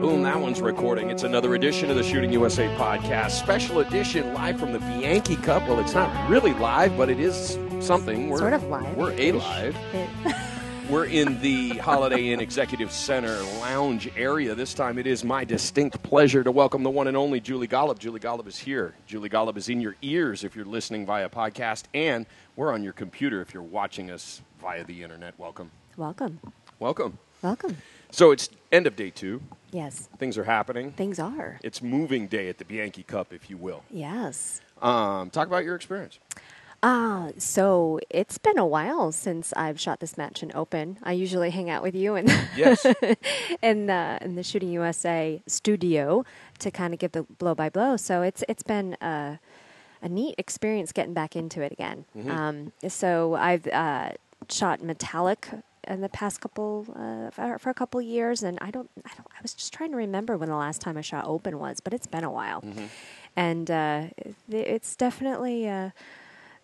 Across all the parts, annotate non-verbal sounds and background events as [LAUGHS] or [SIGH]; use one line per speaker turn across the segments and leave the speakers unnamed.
Boom, that one's recording. It's another edition of the Shooting USA podcast, special edition live from the Bianchi Cup. Well, it's not really live, but it is something. We're,
Sort of live.
We're a live. We're in the Holiday Inn Executive Center lounge area. This time it is my distinct pleasure to welcome the one and only Julie Gollop. Julie Gollop is here. Julie Gollop is in your ears if you're listening via podcast, and we're on your computer if you're watching us via the internet. Welcome.
[LAUGHS] Welcome.
Welcome.
Welcome.
So it's end of day two.
Yes,
Things are happening.
things are.
It's moving day at the Bianchi Cup, if you will.
Yes.
Um, talk about your experience.
Uh, so it's been a while since I've shot this match in open. I usually hang out with you and [LAUGHS]
Yes. [LAUGHS]
in the in the Shooting USA studio to kind of give the blow by blow. So it's it's been a, a neat experience getting back into it again. Um, so I've uh, shot metallic in the past couple uh, for- for a couple years, and I don't I don't I was just trying to remember when the last time I shot open was, but it's been a while, and uh, it- it's definitely. Uh,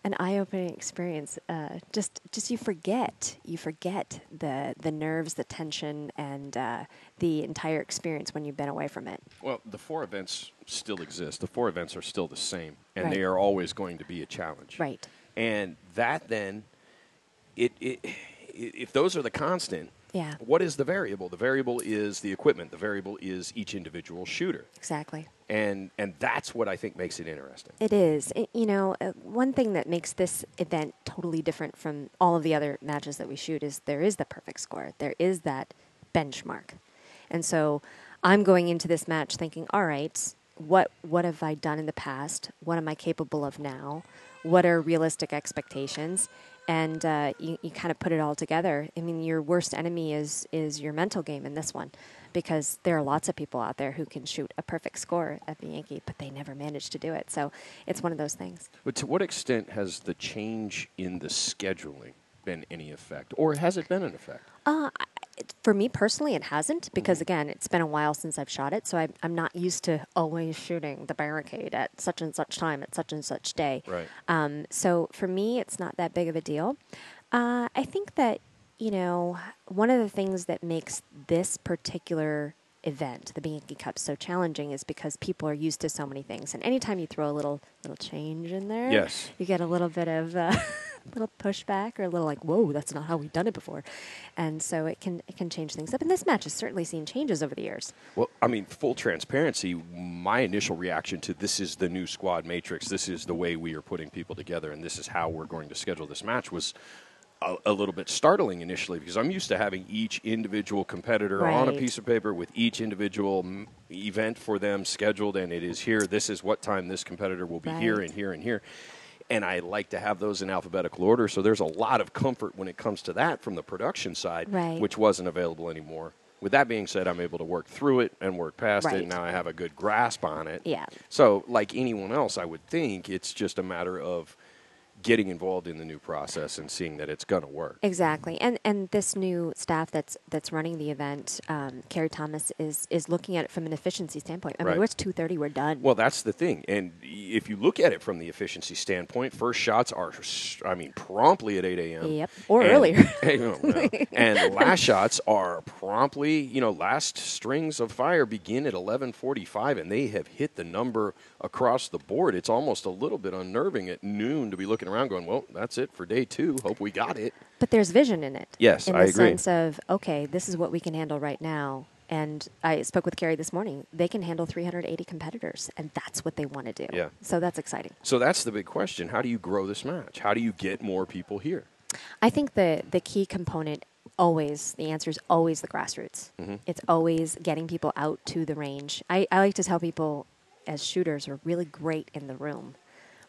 an eye-opening experience. Uh, just, just you forget, you forget the the nerves, the tension, and uh, the entire experience when you've been away from it.
well, the four events still exist. The four events are still the same, and they
Right.
are always going to be a challenge.
Right.
And that then, it, it, i- if those are the constant,
Yeah.
what is the variable? The variable is the equipment. The variable is each individual shooter,
Exactly.
and and that's what I think makes it interesting.
It is. I- you know, uh, one thing that makes this event totally different from all of the other matches that we shoot is there is the perfect score. There is that benchmark. And so I'm going into this match thinking, all right, what what have I done in the past? What am I capable of now? What are realistic expectations? And uh, you, you kind of put it all together. I mean, your worst enemy is is your mental game in this one, because there are lots of people out there who can shoot a perfect score at the Yankee, but they never manage to do it. So it's one of those things.
But to what extent has the change in the scheduling been any effect, or has it been an effect?
it, for me personally, it hasn't because again, it's been a while since I've shot it, so I, I'm not used to always shooting the barricade at such and such time at such and such day.
Right.
Um, so for me, it's not that big of a deal. Uh, I think that you know one of the things that makes this particular event, the Bianchi Cup, so challenging is because people are used to so many things, and anytime you throw a little little change in there,
Yes.
you get a little bit of uh, [LAUGHS] little pushback or a little like, "Whoa, that's not how we've done it before," and so it can it can change things up. And this match has certainly seen changes over the years.
Well, I mean, full transparency, my initial reaction to this is the new squad matrix. This is the way we are putting people together, and this is how we're going to schedule this match was a, a little bit startling initially because I'm used to having each individual competitor on a
Right.
piece of paper with each individual m- event for them scheduled, and it is here. This is what time this competitor will be here
Right.
and here and here. And I like to have those in alphabetical order, so there's a lot of comfort when it comes to that from the production side,
Right.
which wasn't available anymore. With that being said, I'm able to work through it and work past it.
Right.
and Now I have a good grasp on it.
Yeah.
So, like anyone else, I would think it's just a matter of getting involved in the new process and seeing that it's going to work.
Exactly, and and this new staff that's that's running the event, um, Carrie Thomas is is looking at it from an efficiency standpoint. I
Right.
mean, it's two thirty, we're done.
Well, that's the thing. And if you look at it from the efficiency standpoint, first shots are, s- I mean, promptly at 8 a.m.
Yep. Or
And-
earlier.
[LAUGHS] Hey, no, no.
[LAUGHS]
and last shots are promptly, you know, last strings of fire begin at 11:45 and they have hit the number across the board. It's almost a little bit unnerving at noon to be looking around going, "Well, that's it for day 2. Hope we got it."
But there's vision in it.
Yes,
in
I
the
agree.
sense of okay, this is what we can handle right now. And I spoke with Carrie this morning. They can handle 380 competitors, and that's what they want to do.
Yeah.
So that's exciting.
So that's the big question. How do you grow this match? How do you get more people here?
I think the the key component always the answer is always the grassroots. It's always getting people out to the range. I, I like to tell people as shooters we're really great in the room.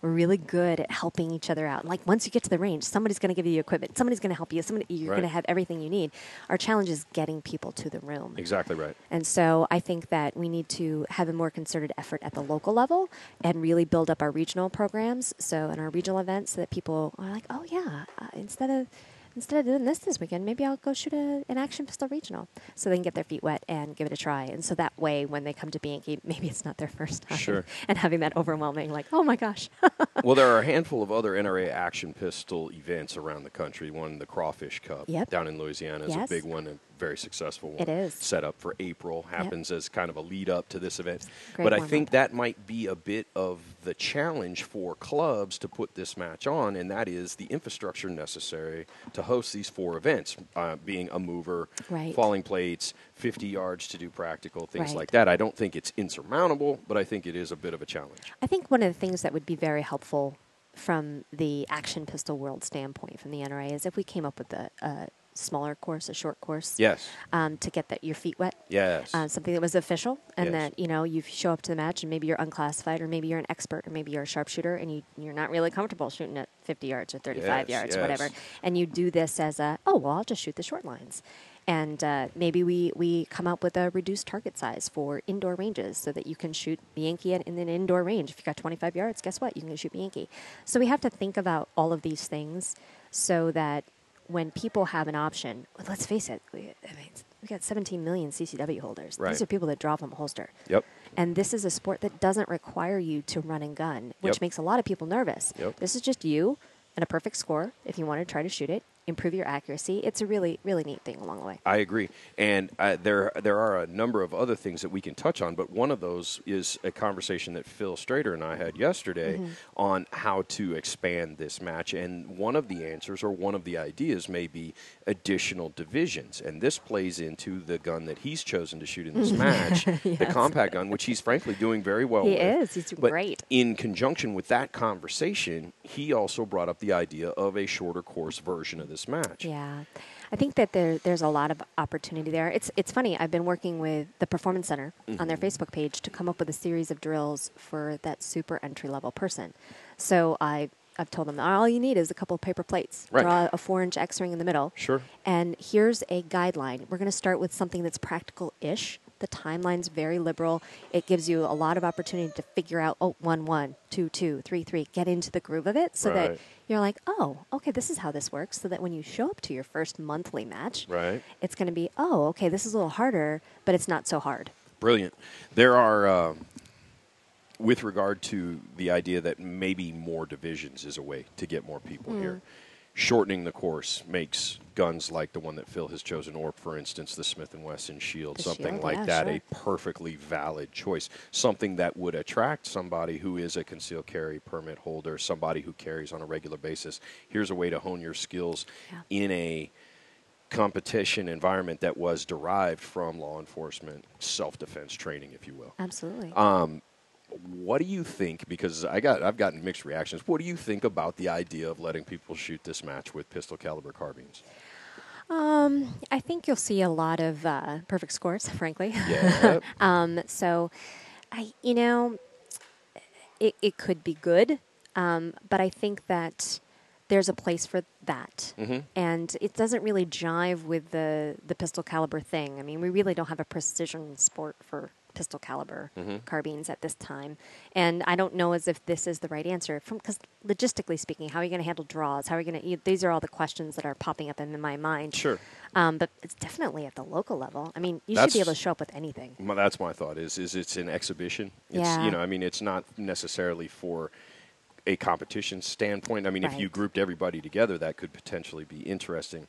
We're really good at helping each other out. Like once you get to the range, somebody's going to give you the equipment. Somebody's going to help you. Somebody you're
Right.
going to have everything you need. Our challenge is getting people to the room.
Exactly right.
And so I think that we need to have a more concerted effort at the local level and really build up our regional programs. So in our regional events, so that people are like, oh yeah, uh, instead of instead of doing this this weekend, maybe I'll go shoot a, an action pistol regional, so they can get their feet wet and give it a try. And so that way, when they come to Bianchi, maybe it's not their first time.
Sure.
[LAUGHS] And having that overwhelming, like, oh my gosh. [LAUGHS]
well, there are a handful of other NRA action pistol events around the country. One, the Crawfish Cup
Yep.
down in Louisiana, is
Yes.
a big one, a very successful one.
It is.
set up for April. Happens as kind of a lead up to this event.
Great
but I
warm-up.
think that might be a bit of the challenge for clubs to put this match on, and that is the infrastructure necessary to host these four events, uh, being a mover,
Right.
falling plates, 50 yards to do practical things
Right.
like that. I don't think it's insurmountable, but I think it is a bit of a challenge.
I think one of the things that would be very helpful from the action pistol world standpoint from the NRA is if we came up with a, a smaller course, a short course,
Yes.
um, to get that your feet wet.
Yes.
Uh, something that was official, and
Yes.
that you know you show up to the match, and maybe you're unclassified, or maybe you're an expert, or maybe you're a sharpshooter, and you, you're not really comfortable shooting at 50 yards or
Yes,
35 yards,
yes.
or whatever. And you do this as a oh well, I'll just shoot the short lines, and uh, maybe we we come up with a reduced target size for indoor ranges, so that you can shoot Bianchi at, in an indoor range. If you got 25 yards, guess what? You can shoot Bianchi. So we have to think about all of these things so that when people have an option, well, let's face it, we, I mean, we got 17 million CCW holders.
Right.
These are people that draw from a holster.
Yep.
And this is a sport that doesn't require you to run and gun, which
Yep.
makes a lot of people nervous.
Yep.
This is just you and a perfect score if you want to try to shoot it, improve your accuracy. It's a really, really neat thing along the way.
I agree, and uh, there there are a number of other things that we can touch on, but one of those is a conversation that Phil Strader and I had yesterday
Mm-hmm.
on how to expand this match, and one of the answers or one of the ideas may be additional divisions, and this plays into the gun that he's chosen to shoot in
[LAUGHS]
this match, the compact gun, which he's frankly doing very well.
He
with.
is. He's doing
But
great.
in conjunction with that conversation, he also brought up the idea of a shorter course version of this match.
Yeah, I think that there there's a lot of opportunity there. It's it's funny. I've been working with the Performance Center on
Mm-hmm.
their Facebook page to come up with a series of drills for that super entry level person. So I I've told them all you need is a couple of paper plates.
Right.
Draw a four inch X ring in the middle.
Sure.
And here's a guideline. We're going to start with something that's practical ish. The timeline's very liberal. It gives you a lot of opportunity to figure out, oh, one, one, two, two, three, three. Get into the groove of it so
Right.
that you're like, oh, okay, this is how this works. So that when you show up to your first monthly match,
Right.
it's going to be, oh, okay, this is a little harder, but it's not so hard.
Brilliant. There are, uh, with regard to the idea that maybe more divisions is a way to get more people
Hmm.
here, shortening the course makes guns like the one that Phil has chosen, or for instance, the Smith and Wesson Shield,
The
something
Shield,
like
yeah,
that,
sure.
a perfectly valid choice. Something that would attract somebody who is a concealed carry permit holder, somebody who carries on a regular basis. Here's a way to hone your skills
Yeah.
in a competition environment that was derived from law enforcement self-defense training, if you will.
Absolutely.
What do you think? Because I got I've gotten mixed reactions. What do you think about the idea of letting people shoot this match with pistol caliber carbines?
Um, I think you'll see a lot of uh, perfect scores, [LAUGHS] frankly.
Yeah,
Um, so, I you know, it it could be good, um, but I think that there's a place for that,
uh, mm-hmm.
and it doesn't really jive with the the pistol caliber thing. I mean, we really don't have a precision sport for pistol caliber
Mm-hmm.
carbines at this time, and I don't know as if this is the right answer. From because logistically speaking, how are you going to handle draws? How are you going to? These are all the questions that are popping up in my mind.
Sure.
Um, but it's definitely at the local level. I mean, you should
That's-
be able to show up with anything.
My- that's my thought. Is is it's an exhibition? It's,
Yeah.
You know, I mean, it's not necessarily for a competition standpoint. I mean, if you
Right.
grouped everybody together, that could potentially be interesting.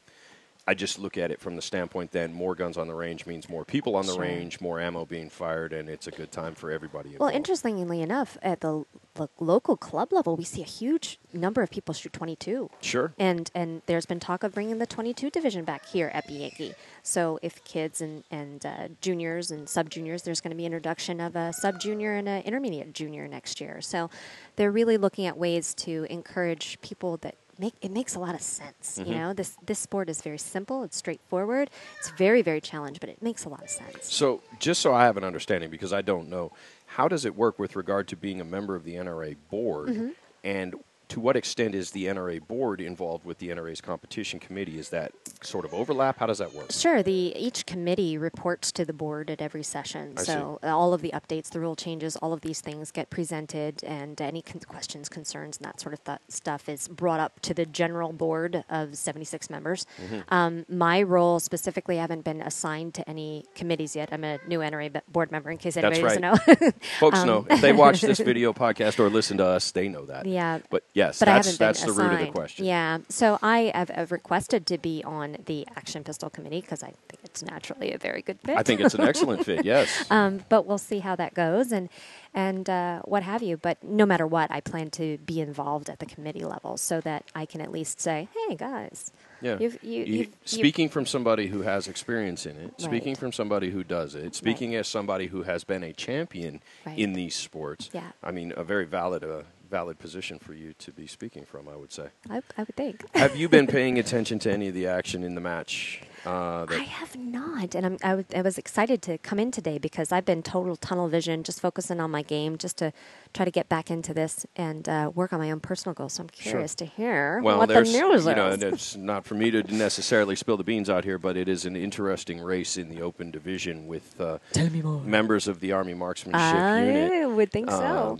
I just look at it from the standpoint that more guns on the range means more people on the
Sure.
range, more ammo being fired, and it's a good time for everybody.
Well,
involved.
interestingly enough, at the lo- local club level, we see a huge number of people shoot 22.
Sure.
And and there's been talk of bringing the 22 division back here at Bianchi. So if kids and and uh, juniors and sub juniors, there's going to be introduction of a sub junior and an intermediate junior next year. So they're really looking at ways to encourage people that make it makes a lot of sense. You know, this this sport is very simple. It's straightforward. It's very very challenged, but it makes a lot of sense.
So, just so I have an understanding, because
Mm-hmm.
I don't know, how does it work with regard to being a member of the NRA board and to what extent is the NRA board involved with the NRA's competition committee? Is that sort of overlap? How does that work?
Sure. The each committee reports to the board at every session,
I
so uh, all of the updates, the rule changes, all of these things get presented, and any con- questions, concerns, and that sort of th- stuff is brought up to the general board of 76 members.
Mm-hmm.
Um, my role specifically, I haven't been assigned to any committees yet. I'm a new NRA b- board member, in case
That's right.
anybody doesn't know. [LAUGHS]
Folks know if they watch this video [LAUGHS] podcast or listen to us, they know that.
Yeah.
But yes,
but I
that's
haven't been
that's the root of the
assigned.
question.
Yeah. So I have, have requested to be on the Action Pistol Committee because I think it's naturally a very good fit.
I think it's an excellent fit.
[LAUGHS]
Yes.
um, but we'll see how that goes and and uh, what have you. But no matter what, I plan to be involved at the committee level so that I can at least say, "Hey, guys,
Yeah.
you've, you,
You-
you've,
speaking from somebody who has experience in it, speaking
Right.
from somebody who does it, speaking as somebody who has been a champion
Right.
in these sports.
Yeah.
I mean, a very valid uh, valid position for you to be speaking from, I would say.
I, I would think."
Have you been paying attention to any of the action in the match? Uh,
I
that,
have not, and I'm, I, w- I was excited to come in today because I've been total tunnel vision, just focusing on my game, just to try to get back into this and uh, work on my own personal goals. So I'm curious to hear
well,
what the
there's
news
you know,
is.
and it's not for me to necessarily spill the beans out here, but it is an interesting race in the open division with uh,
Tell me more.
members of the Army Marksmanship Unit.
I would think so.
um,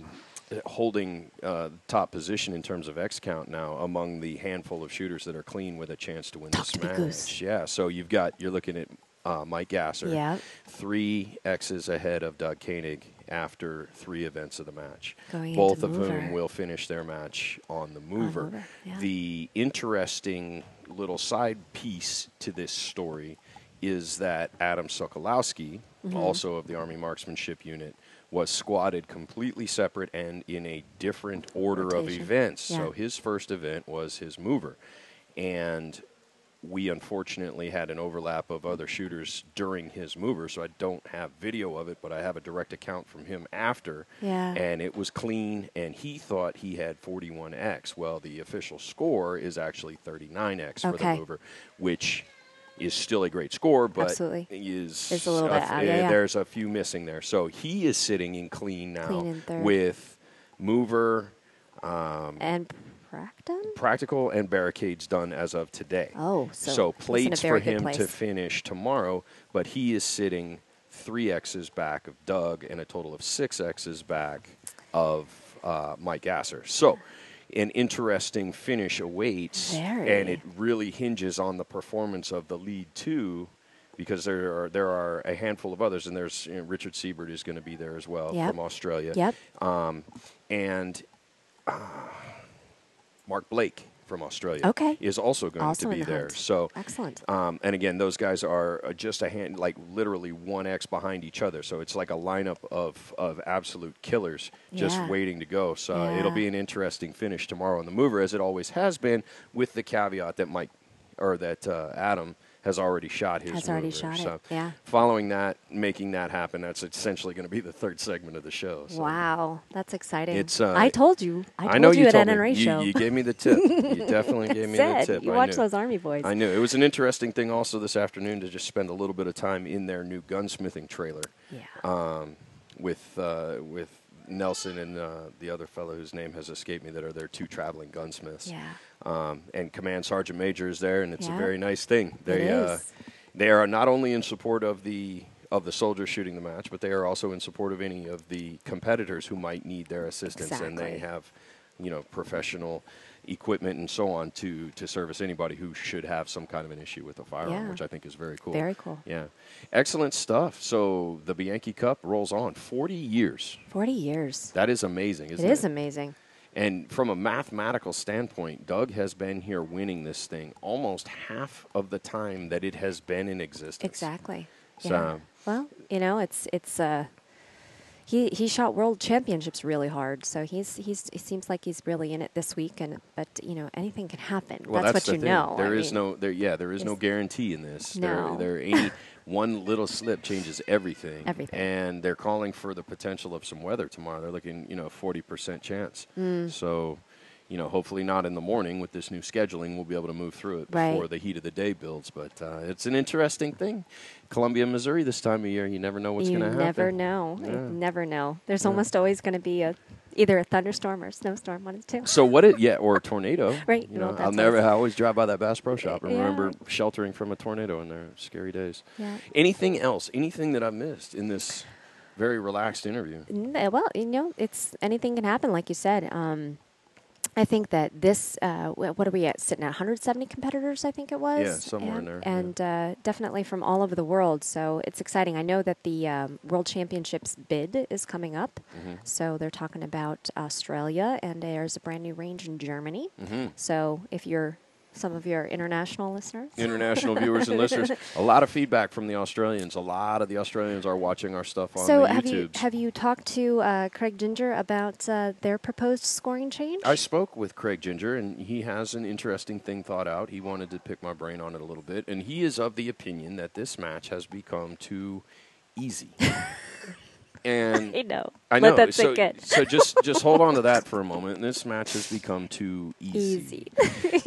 holding uh, top position in terms of X count now among the handful of shooters that are clean with a chance to win
Talk
this
to the
match.
goose.
Yeah, so you've got you're looking at uh, Mike Gasser,
Yeah.
three X's ahead of Doug Koenig after three events of the match.
Going into
Both of whom
mover.
will finish their match on the mover.
mover, yeah.
The interesting little side piece to this story is that Adam Sokolowski,
Mm-hmm.
also of the Army Marksmanship Unit, was squatted completely separate and in a different order of
Rotation.
events. So
Yeah.
his first event was his mover. And we unfortunately had an overlap of other shooters during his mover, so I don't have video of it, but I have a direct account from him after.
Yeah.
And it was clean, and he thought he had 41x. Well, the official score is actually 39x for the
Okay.
mover, which is still a great score, but
Absolutely.
is
It's a little bit out, yeah, yeah.
there's a few missing there. So he is sitting in clean now
Clean in third.
with mover,
and Practum?
practical and barricades done as of today.
Oh, so it's in a
plates for
very good
him to
place.
finish tomorrow, but he is sitting three X's back of Doug and a total of six X's back of uh, Mike Gasser. So an interesting finish awaits,
Very.
and it really hinges on the performance of the lead two. Because there are there are a handful of others, and there's you know, Richard Siebert is going to be there as well
Yep.
from Australia
Yep.
and uh, Mark Blake from Australia
Okay.
is also going
Also
to
in
be
the
there.
hunt.
So
Excellent.
Um, and again, those guys are uh, just a hand, like literally one X behind each other. So it's like a lineup of of absolute killers just
Yeah.
waiting to go. So it'll
Yeah.
be an interesting finish tomorrow on the mover, as it always has been, with the caveat that Mike or that uh, Adam. Has already shot his
Has already
mover.
shot it,
so
yeah.
Following that, making that happen, that's essentially going to be the third segment of the show. So
wow, that's exciting.
It's, uh,
I told you. I told
know
you, at
told me.
NRA
You-
show.
You, gave me the tip.
[LAUGHS]
You definitely gave me the
said,
tip.
You
I
watch
knew.
those Army boys.
I knew it was an interesting thing. Also, this afternoon to just spend a little bit of time in their new gunsmithing trailer
yeah.
uh, with uh, with Nelson and uh, the other fellow whose name has escaped me. That are their two traveling gunsmiths.
yeah.
Um, and Command Sergeant Major is there, and it's a
Yeah.
very nice thing. They uh,
is.
they are not only in support of the of the soldiers shooting the match, but they are also in support of any of the competitors who might need their assistance, and they
Exactly.
have you know professional equipment and so on to to service anybody who should have some kind of an issue with a firearm,
Yeah.
which I think is very cool.
Very cool.
Yeah, excellent stuff. So the Bianchi Cup rolls on forty years.
40 years.
That is amazing, isn't
it
it?
is amazing.
And from a mathematical standpoint, Doug has been here winning this thing almost half of the time that it has been in existence.
Exactly.
So-
yeah. Well, you know, it's it's uh, he he shot world championships really hard, so he's he's it seems like he's really in it this week. And but you know, anything can happen.
Well, that's,
that's, what
the
you
thing.
know.
There
I
is
mean,
no there. Yeah, there is no
it's-
guarantee in this.
No.
There,
[LAUGHS]
there ain't one little slip changes everything.
Everything.
And they're calling for the potential of some weather tomorrow. They're looking, you know, forty percent chance.
Mm.
So, you know, hopefully not in the morning with this new scheduling. We'll be able to move through it
Right.
before the heat of the day builds. But uh, it's an interesting thing. Columbia, Missouri, this time of year, you never know what's
you
going to happen.
never know. You
Yeah.
never know. There's almost always going to be a either a thunderstorm or a snowstorm, one of the two.
So what it yeah, or a tornado.
[LAUGHS] Right,
You
well,
know, I'll
that's
never
awesome.
I always drive by that Bass Pro Shop and
Yeah.
remember sheltering from a tornado in there. Scary days.
Yeah.
Anything else? Anything that I missed in this very relaxed
[LAUGHS]
interview?
Mm, uh, Well, you know, it's anything can happen, like you said. Um, I think that this, uh, wh- what are we at? Sitting at 170 competitors, I think it was.
Yeah, somewhere in
and,
there, yeah.
And uh, definitely from all over the world. So it's exciting. I know that the um, World Championships bid is coming up.
Mm-hmm.
So they're talking about Australia, and there's a brand new range in Germany.
Mm-hmm.
So if you're some of your international listeners,
International viewers and listeners, a lot of feedback from the Australians. A lot of the Australians are watching our stuff on
so
the
have you
YouTubes.
have you talked to uh, Craig Ginger about uh, their proposed scoring change?
I spoke with Craig Ginger, and he has an interesting thing thought out. He wanted to pick my brain on it a little bit, and he is of the opinion that this match has become too easy.
[LAUGHS] I
and
know.
I
Let
know.
that
so,
sink in.
so just just hold on to that for a moment. This match has become too
Easy.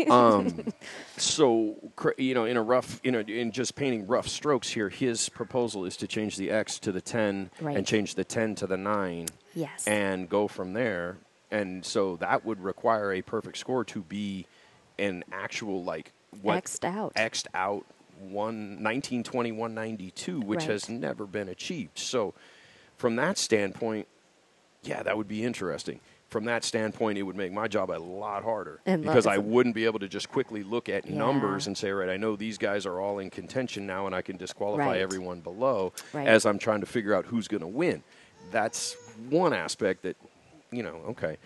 um,
[LAUGHS]
so cr- you know, in a rough, you know, in just painting rough strokes here, his proposal is to change the X to the ten
Right.
and change the ten to the nine,
Yes.
and go from there. And so that would require a perfect score to be an actual like what
Xed out.
Xed out one nineteen twenty one ninety two, which
Right.
has never been achieved. So from that standpoint, yeah, that would be interesting. From that standpoint, it would make my job a lot harder
And lo-
because I
it's-
wouldn't be able to just quickly look at
Yeah.
numbers and say, all right, I know these guys are all in contention now, and I can disqualify
Right.
everyone below
Right.
as I'm trying to figure out who's going to win. That's one aspect that, you know, okay.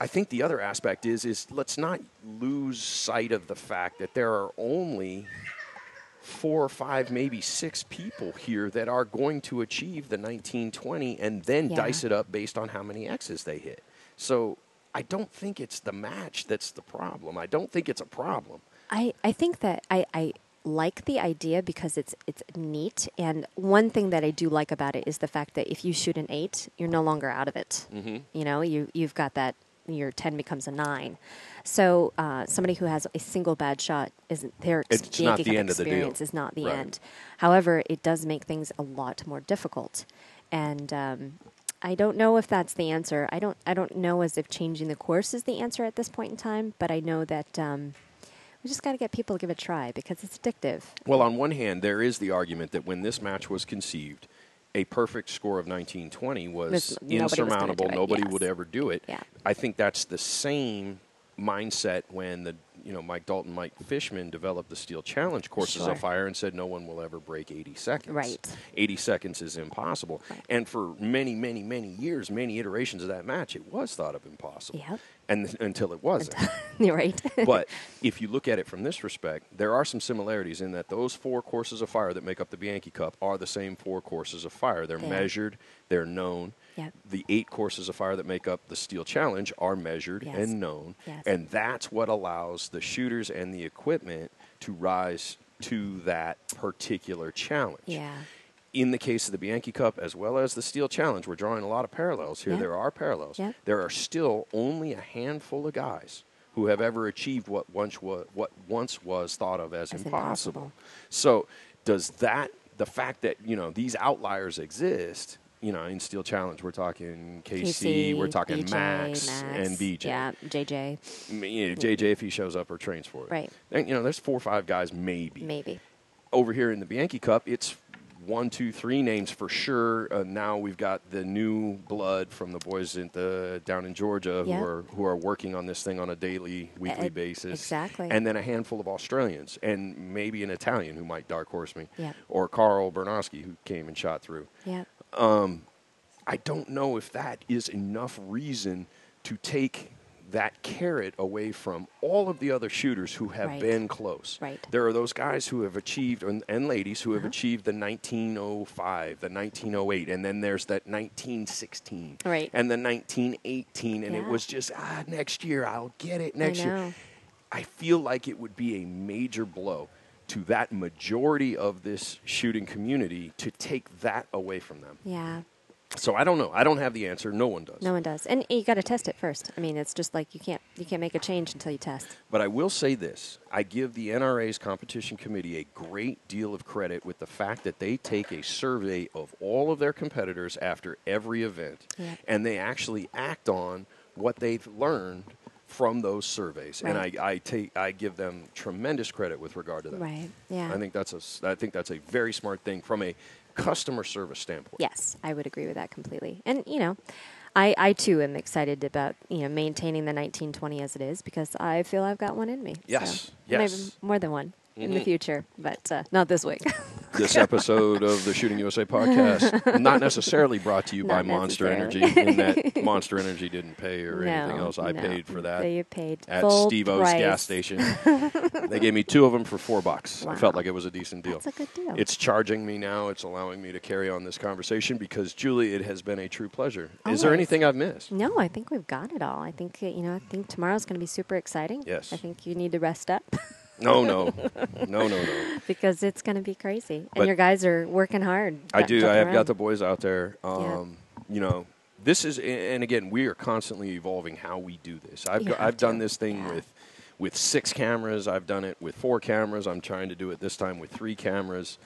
I think the other aspect is is let's not lose sight of the fact that there are only four or five, maybe six people here that are going to achieve the 1920 and then
Yeah.
dice it up based on how many X's they hit. So I don't think it's the match that's the problem. I don't think it's a problem.
I, I think that I, I like the idea because it's it's neat and one thing that I do like about it is the fact that if you shoot an eight, you're no longer out of it. Mm-hmm. You know, you you've got that your ten becomes a nine. So uh, somebody who has a single bad shot isn't their ex-
It's not
Yankee
the
Cup
end of the deal.
experience is not the
Right.
end. However, it does make things a lot more difficult, and um, I don't know if that's the answer. I don't. I don't know as if changing the course is the answer at this point in time. But I know that um, we just got to get people to give it a try because it's addictive. [LAUGHS]
Well, on one hand, there is the argument that when this match was conceived, a perfect score of 1920 was
This- nobody was gonna do
insurmountable.
it,
nobody
yes.
would ever do it.
Yeah.
I think that's the same mindset when the you know Mike Dalton, Mike Fishman developed the Steel Challenge courses
Sure.
of fire and said no one will ever break 80 seconds.
Right.
80 seconds is impossible.
Right.
And for many, many, many years, many iterations of that match, it was thought of impossible.
Yep.
And until it wasn't
You're right. [LAUGHS]
but if you look at it from this respect, there are some similarities in that those four courses of fire that make up the Bianchi Cup are the same four courses of fire. They're
They are.
measured, they're known.
Yep.
The eight courses of fire that make up the Steel Challenge are measured
Yes.
and known.
Yes.
And that's what allows the shooters and the equipment to rise to that particular challenge
yeah.
in the case of the Bianchi Cup as well as the Steel Challenge, we're drawing a lot of parallels here.
Yeah.
There are parallels.
Yeah.
There are still only a handful of guys who have ever achieved what once was, what once was thought of as,
As impossible.
impossible. So, does that the fact that you know these outliers exist? You know, in Steel Challenge, we're talking KC, we're talking
BJ,
Max, and BJ.
Yeah, JJ,
I mean, you know, JJ, if he shows up or trains for it,
Right.
And, you know, there's four or five guys maybe
maybe.
over here in the Bianchi Cup, it's one, two, three names for sure. Uh, now we've got the new blood from the boys in the, down in Georgia
Yeah.
who are who are working on this thing on a daily, weekly
Eh,
basis.
exactly.
And then a handful of Australians and maybe an Italian who might dark horse me,
Yeah.
or Carl Bernowski who came and shot through.
Yeah.
I don't know if that is enough reason to take that carrot away from all of the other shooters who have
Right.
been close.
Right. Uh-huh.
There are those guys who have achieved, and, and ladies who have achieved the 1905, the 1908, and then there's that 1916,
Right.
and the 1918, and it
Yeah.
was just ah, next year I'll get it next year.
know.
I feel like it would be a major blow to that majority of this shooting community to take that away from them.
Yeah.
So I don't know. I don't have the answer. No one does.
No one does, and you got to test it first. I mean, it's just like you can't you can't make a change until you test.
But I will say this I give the NRA's competition committee a great deal of credit with the fact that they take a survey of all of their competitors after every event
Yeah.
and they actually act on what they've learned from those surveys.
Right.
And I, I, take, I give them tremendous credit with regard to that.
Right. Yeah.
I think that's a, s- I think that's a very smart thing from a customer service standpoint.
Yes, I would agree with that completely. And you know, I I too am excited about you know maintaining the 1920 as it is because I feel I've got one in me.
Yes,
So,
yes. Mm-hmm.
Maybe more than one in the future, but uh, not this week.
this episode of the Shooting USA
[LAUGHS]
podcast not necessarily brought to you by
Not
Monster Energy,
necessarily.
in
[LAUGHS]
that Monster Energy didn't pay [LAUGHS] or anything
No,
else. I
no.
paid for that
They paid
at
full
Steve O's
price.
gas
[LAUGHS]
station. they gave me two of them for four bucks. I
Wow.
felt like it was a decent deal.
That's a good deal.
It's charging me now. It's allowing me to carry on this conversation because Julie, it has been a true pleasure. Is there
Always.
anything I've missed?
No, I think we've got it all. I think uh, you know. I think tomorrow's going to be super exciting.
Yes.
I think you need to rest up [LAUGHS]
No, no, no, no, no.
because it's going to be crazy,
But-
and your guys are working hard.
I
du-
do. I
ducking
have got
around.
the boys out there. Um, You know, this is, and again, we are constantly evolving how we do this. I've,
You
got,
have
I've done
to.
this thing
Yeah.
with with six cameras. I've done it with four cameras. I'm trying to do it this time with three cameras.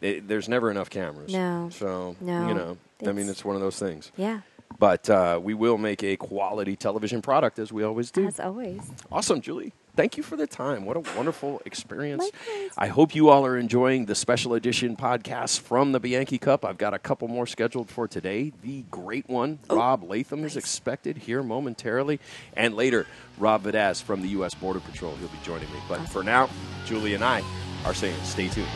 It, there's never enough cameras.
No.
So you
No.
know, I mean,
It's-
it's one of those things.
Yeah,
But uh, we will make a quality television product as we always do.
as always.
Awesome, Julie. Thank you for the time. What a wonderful experience.
Likewise.
I hope you all are enjoying the special edition podcast from the Bianchi Cup. I've got a couple more scheduled for today. The great one, Rob Latham, is expected here momentarily. And later, Rob Vidas from the U.S. Border Patrol. He'll be joining me. But for now, Julie and I are saying stay tuned.